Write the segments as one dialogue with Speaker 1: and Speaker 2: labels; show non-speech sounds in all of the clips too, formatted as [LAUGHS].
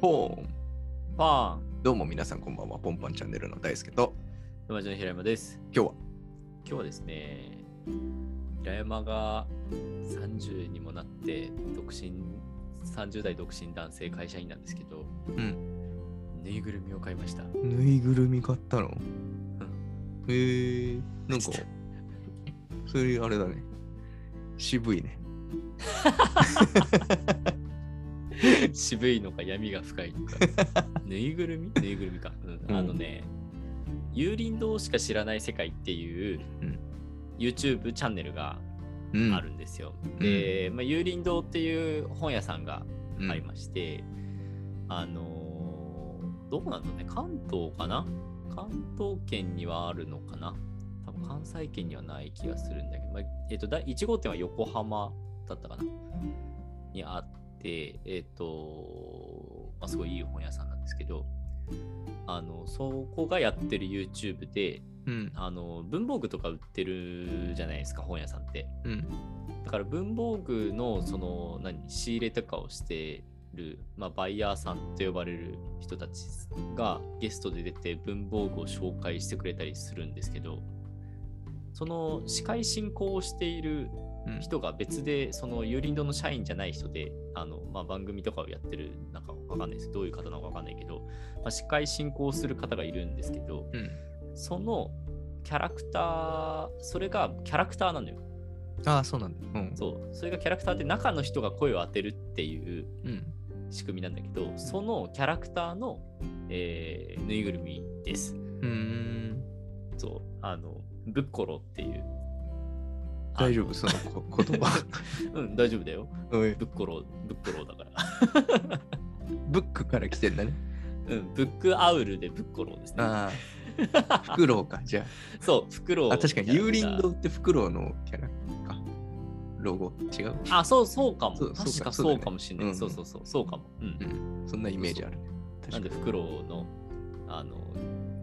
Speaker 1: ポーン
Speaker 2: パン、
Speaker 1: どうも皆さんこんばんは、ポンパンチャンネルの大輔と、
Speaker 2: 友達の平山です。
Speaker 1: 今日は、
Speaker 2: 今日はですね、平山が30にもなって、独身、30代独身男性会社員なんですけど、
Speaker 1: うん、
Speaker 2: ぬいぐるみを買いま
Speaker 1: [LAUGHS]
Speaker 2: した。
Speaker 1: ぬいぐるみ買ったのへえー、なんか
Speaker 2: ちょっ、
Speaker 1: それあれだね。渋いね。
Speaker 2: と渋いのか闇が深いのか。ぬいぐるみぬいぐるみか。うん
Speaker 1: うん
Speaker 2: あのね、有林堂しか知らない世界っていう、
Speaker 1: うん
Speaker 2: YouTube チャンネルが
Speaker 1: うん、
Speaker 2: あるんですよ。で、まあ、有林堂っていう本屋さんが
Speaker 1: うん。
Speaker 2: ありまして、あのーどうなんだろうね、関東かな関東圏にはあるのかな多分関西圏にはない気がするんだけど、まあえっと第1号店は横浜だったかなにあって、えっとまあ、すごいいい本屋さんなんですけど、あのそこがやってる YouTube で
Speaker 1: うん。
Speaker 2: あの文房具とか売ってるじゃないですか本屋さんって。
Speaker 1: うん。
Speaker 2: だから文房具のその何仕入れとかをしてる、まあ、バイヤーさんと呼ばれる人たちがゲストで出て文房具を紹介してくれたりするんですけどその司会進行をしている
Speaker 1: うん
Speaker 2: 人が別でその有林堂の社員じゃない人であの、まあ、番組とかをやってるなんかわかんないですどういう方なのかわかんないけど、まあ、司会進行する方がいるんですけど
Speaker 1: うん。
Speaker 2: そのキャラクターそれがキャラクターなのよ
Speaker 1: ああ、そうなんだ。うん。
Speaker 2: そうそれがキャラクターで中の人が声を当てるっていう
Speaker 1: うん。
Speaker 2: 仕組みなんだけどそのキャラクターの、えーぬいぐるみです
Speaker 1: うーん。
Speaker 2: そうあのぶっころっていうあ
Speaker 1: 大丈夫、その
Speaker 2: [LAUGHS]
Speaker 1: こ言葉。
Speaker 2: うん大丈夫だよ
Speaker 1: うん
Speaker 2: ぶっころぶっころだから [LAUGHS]
Speaker 1: ブックから来てんだね。
Speaker 2: うんブックアウルでぶっころですね
Speaker 1: あ
Speaker 2: [LAUGHS]
Speaker 1: あ。フクロウか、じゃ
Speaker 2: そうフクロウ
Speaker 1: あ。あ、確かに、
Speaker 2: の
Speaker 1: 幽
Speaker 2: キャ
Speaker 1: 林
Speaker 2: ラクター
Speaker 1: 堂ってフクロウのキャラか。ロゴ違う
Speaker 2: あそうそうかも
Speaker 1: そうそうか
Speaker 2: 確
Speaker 1: そうだ
Speaker 2: かそ
Speaker 1: よ
Speaker 2: う
Speaker 1: ね
Speaker 2: かもしれない、
Speaker 1: うん
Speaker 2: そうそうそうそうかもうん
Speaker 1: うん。そんなイメージあるね。
Speaker 2: なん
Speaker 1: 確
Speaker 2: で
Speaker 1: か
Speaker 2: フクロウのあの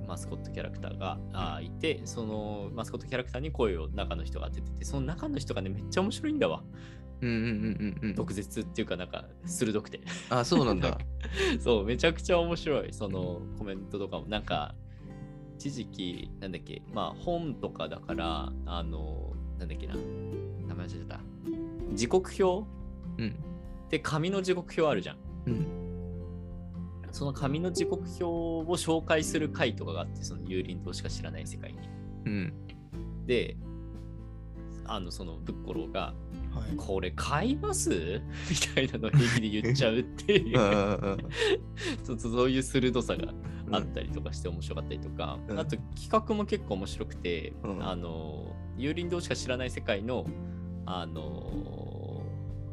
Speaker 2: マスコットキャラクターがあーいてそのマスコットキャラクターに声を中の人が当てててその中の人がねめっちゃ面白いんだわ
Speaker 1: に。うんうんうんうんうん。
Speaker 2: 毒舌っていうかなんか鋭くて [LAUGHS]
Speaker 1: ああ、そうなんだ。
Speaker 2: そうめちゃくちゃ面白いそのコメントとかもなんか一時期なんだっけまあ本とかだからあのなんだっけな名前忘れちゃった時刻表
Speaker 1: うん。
Speaker 2: って紙の時刻表あるじゃん
Speaker 1: うん。
Speaker 2: その紙の時刻表を紹介する回とかがあってその有林堂しか知らない世界に
Speaker 1: うん。
Speaker 2: であのそのぶっころうが
Speaker 1: はい
Speaker 2: 「これ買います?」 [LAUGHS] みたいなの平気で言っちゃうっていう [LAUGHS] そうそうそういう鋭さがあったりとかして面白かったりとか、
Speaker 1: うん
Speaker 2: あと企画も結構面白くて、
Speaker 1: うん
Speaker 2: あの有林堂しか知らない世界のあの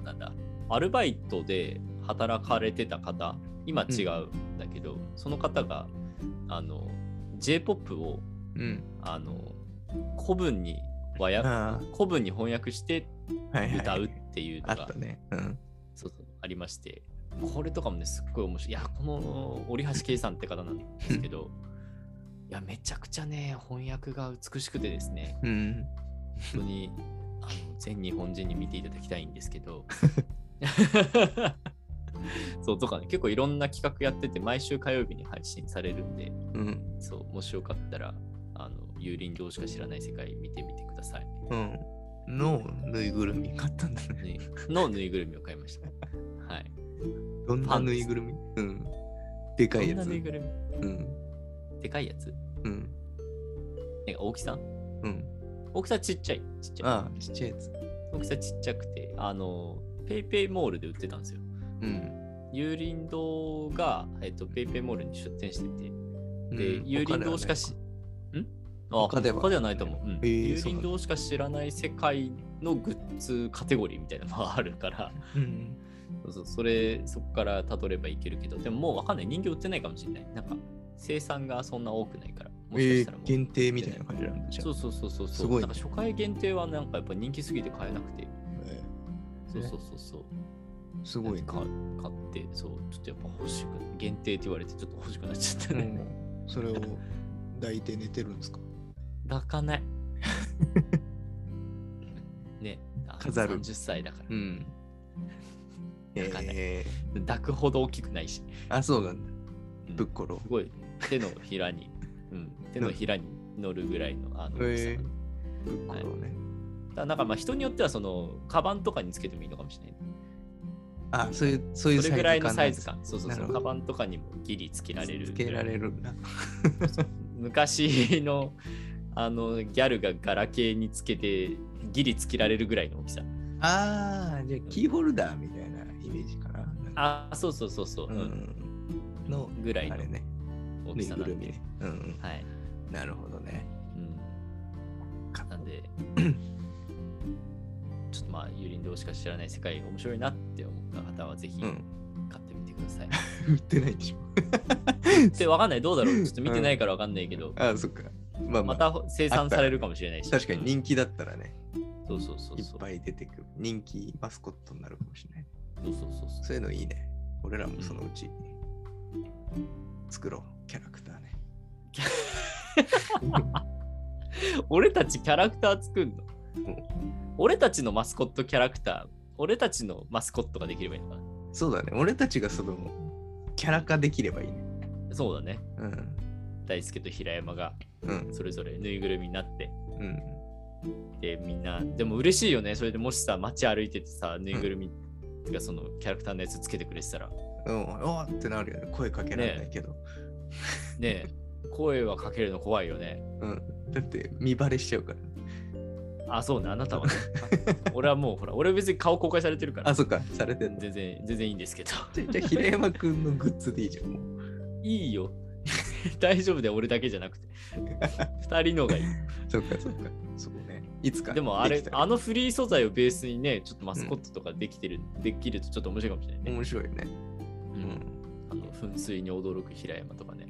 Speaker 2: なんだアルバイトで働かれてた方今違うんだけど、その方があの j p o p を
Speaker 1: うん。
Speaker 2: あの古文に和訳
Speaker 1: あ
Speaker 2: 古文に翻訳して
Speaker 1: あ、はいはい。
Speaker 2: 歌うっていうの
Speaker 1: あ
Speaker 2: が、
Speaker 1: ったね。うん。
Speaker 2: そうそうありましてこれとかもねすっごい面白いいやこの折橋圭さんって方なんですけどいやめちゃくちゃね翻訳が美しくてですね
Speaker 1: うん。
Speaker 2: 本当 [LAUGHS] にあの全日本人に見ていただきたいんですけ [LAUGHS] どそうとかね結構いろんな企画やってて毎週火曜日に配信されるんで
Speaker 1: うん。
Speaker 2: そうもしよかったらあの有林堂しか知らない世界見てみてください
Speaker 1: うん。のぬいぐるみ買ったんだ
Speaker 2: [LAUGHS]
Speaker 1: ね。
Speaker 2: ねのぬいぐるみを買い
Speaker 1: [LAUGHS]
Speaker 2: ました。はい。
Speaker 1: どんなぬいぐるみうん。でかいや
Speaker 2: どん
Speaker 1: つ。
Speaker 2: なぬいうぐるみ
Speaker 1: ん。
Speaker 2: でかいやつ
Speaker 1: うん。
Speaker 2: なんか大きさ
Speaker 1: うん。
Speaker 2: 大きさちっちゃい。ちっちゃい。
Speaker 1: ああ、ちっちゃいやつ。
Speaker 2: 大きさちっちゃくて、あの、ペイペイモールで売ってたんですよ。
Speaker 1: うん。
Speaker 2: 有林堂が、えっと、ペイペイモールに出店してて、で、
Speaker 1: うん
Speaker 2: 有林堂しかし、んあ
Speaker 1: 他では
Speaker 2: 他ではないと思う。うん
Speaker 1: へえ
Speaker 2: 有
Speaker 1: そうなんだ
Speaker 2: 林堂しか知らない世界のグッズカテゴリーみたいなのがあるから、
Speaker 1: うん。
Speaker 2: そうそうそれそこからたどればいけるけどでももうわかんない人形売ってないかもしれないなんか生産がそんな多くないからもしか
Speaker 1: え
Speaker 2: したら
Speaker 1: ー
Speaker 2: もう、
Speaker 1: 限定みたいな感じなんだじゃ
Speaker 2: そうそうそうそうそう
Speaker 1: すごい
Speaker 2: なんか初回限定はなんかやっぱ人気すぎて買えなくてそうそうそうそう
Speaker 1: あ。すごいね。
Speaker 2: 買買ってそうちょっとやっぱ欲しく限定って言われてちょっと欲しくなっちゃった
Speaker 3: う
Speaker 2: ね、
Speaker 3: ん、それを抱いて寝てるんですか
Speaker 2: 抱
Speaker 1: [LAUGHS]
Speaker 2: かないねあの
Speaker 1: 飾る
Speaker 2: 30歳だから、
Speaker 1: うん。
Speaker 2: わかんない
Speaker 1: え
Speaker 2: 抱くほど大きくないし。
Speaker 1: ーあ、そうなんだ。
Speaker 2: うん
Speaker 1: ぶっころ
Speaker 2: す。ごい手のひらに、うん、手のひらに乗るぐらいのあの大きさ
Speaker 1: へーぶっころね。
Speaker 2: だからなんかまあ人によってはそのカバンとかにつけてもいいのかもしれない。
Speaker 1: あ、そういう、そういう
Speaker 2: それぐらいのサイズ感。そうそう
Speaker 1: な
Speaker 2: そ
Speaker 1: る
Speaker 2: う。
Speaker 1: ほど
Speaker 2: カバンとかにもギリつけられる。
Speaker 1: つけられるんだ。
Speaker 2: 昔のあのギャルがガラケーにつけてギリつけられるぐらいの大きさ。
Speaker 1: ああ、じゃあキーホルダーみたいなイメージかな。なんか
Speaker 2: あ、そうそうそうそう。う、
Speaker 1: うんん。の、
Speaker 2: ぐらい
Speaker 1: あ
Speaker 2: の
Speaker 1: れね。
Speaker 2: 大
Speaker 1: ぬ
Speaker 2: き
Speaker 1: い
Speaker 2: さ
Speaker 1: ぐ
Speaker 2: な
Speaker 1: る
Speaker 2: ん
Speaker 1: み
Speaker 2: で。
Speaker 1: ね。うんうん。
Speaker 2: はい。
Speaker 1: なるほどね。
Speaker 2: うん、なんで、ちょっとまあ、ゆりんどうしか知らない世界面白いなって思った方は、ぜひ
Speaker 1: うん
Speaker 2: 買ってみてください。
Speaker 1: [LAUGHS] 売ってないでしょ。
Speaker 2: で、わかんない、どうだろうちょっと見てないからわかんないけど、
Speaker 1: ああ、そっか。まあま
Speaker 2: ま
Speaker 1: あ、
Speaker 2: た生産されるかもしれないし。
Speaker 1: 確かに
Speaker 2: うん
Speaker 1: 人気だったらね、
Speaker 2: そうそうそう
Speaker 1: いっ
Speaker 2: そう。
Speaker 1: ぱい出てくる。人気マスコットになるかもしれない。
Speaker 2: そうそうそうそう
Speaker 1: そういうのいいね。俺らもそのうち作ろう。キャラクターね。
Speaker 2: 俺たちキャラクター作んの、
Speaker 1: うん
Speaker 2: 俺たちのマスコットキャラクター、俺たちのマスコットができればいいのかな
Speaker 1: そうだね。俺たちがそのキャラ化できればいいね。
Speaker 2: そうだね。
Speaker 1: うん。
Speaker 2: 大輔と平山が
Speaker 1: うん。
Speaker 2: それぞれぬいぐるみになって、
Speaker 1: うん。
Speaker 2: で、みんな、でも嬉しいよね。それでもしさ、街歩いててさ、ぬいぐるみってかそのキャラクターのやつつけてくれてたら、ね
Speaker 1: うん、おーってなるよね。声かけられないけど。
Speaker 2: え、声はかけるの怖いよね。
Speaker 1: うん。だって見バレしちゃうから。
Speaker 2: あ、そうね、あな
Speaker 1: [LAUGHS]
Speaker 2: たはね。あ俺はもう、ほら、俺別に顔公開されてるから
Speaker 1: あ、、そっか。されてんの。
Speaker 2: 全然、全然いいんですけど。 [LAUGHS]
Speaker 1: じゃじゃあ、平山くんのグッズでいいじゃん。もう [LAUGHS]
Speaker 2: いいよ。 [LAUGHS] 大丈夫で俺だけじゃなく
Speaker 1: [LAUGHS]
Speaker 2: て。二人のがいい。
Speaker 1: そっか、そっか。そこね。いつか
Speaker 2: でもあれ
Speaker 1: き、たら
Speaker 2: あのフリー素材をベースにね、ちょっとマスコットとかできてる、できるとちょっと面白いかもしれないね。
Speaker 1: 面白いね。
Speaker 2: う
Speaker 1: うんん。
Speaker 2: あの噴水に驚く平山とかね。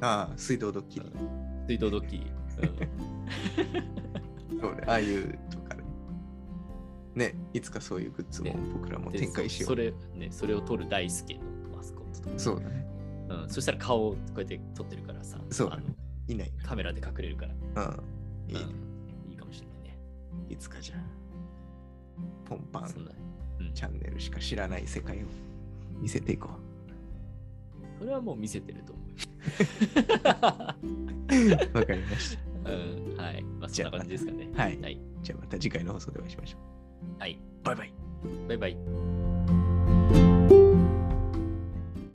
Speaker 1: ああ、水道ドッキリ。
Speaker 2: 水道ドッキリ。
Speaker 1: [LAUGHS] そうね。ああいうとかね。ね、いつかそういうグッズも
Speaker 2: ね
Speaker 1: 僕ら
Speaker 2: う
Speaker 1: も
Speaker 2: ん
Speaker 1: 展開しよ
Speaker 2: それ、ね、それを撮る大輔のマスコットとか
Speaker 1: う。。そうだね。
Speaker 2: うん、そしたら顔をこうやって撮ってるからさ、
Speaker 1: そう
Speaker 2: あの
Speaker 1: いない
Speaker 2: カメラで隠れるから。
Speaker 1: な。うん。いいね。
Speaker 2: うんいいかもしれないね。
Speaker 1: いつかじゃあ、ポンパ
Speaker 2: そん
Speaker 1: ン
Speaker 2: な。うん、
Speaker 1: チャンネルしか知らない世界を見せていこ
Speaker 2: それはもう見せてると思う。
Speaker 1: う。わかりました。
Speaker 2: うん、はい。まあ、そんな感じですかね。
Speaker 1: はい
Speaker 2: はい。
Speaker 1: じゃあまた次回の放送でお会いしましょ。
Speaker 2: はいう
Speaker 1: バイバイ。
Speaker 2: バイバイ。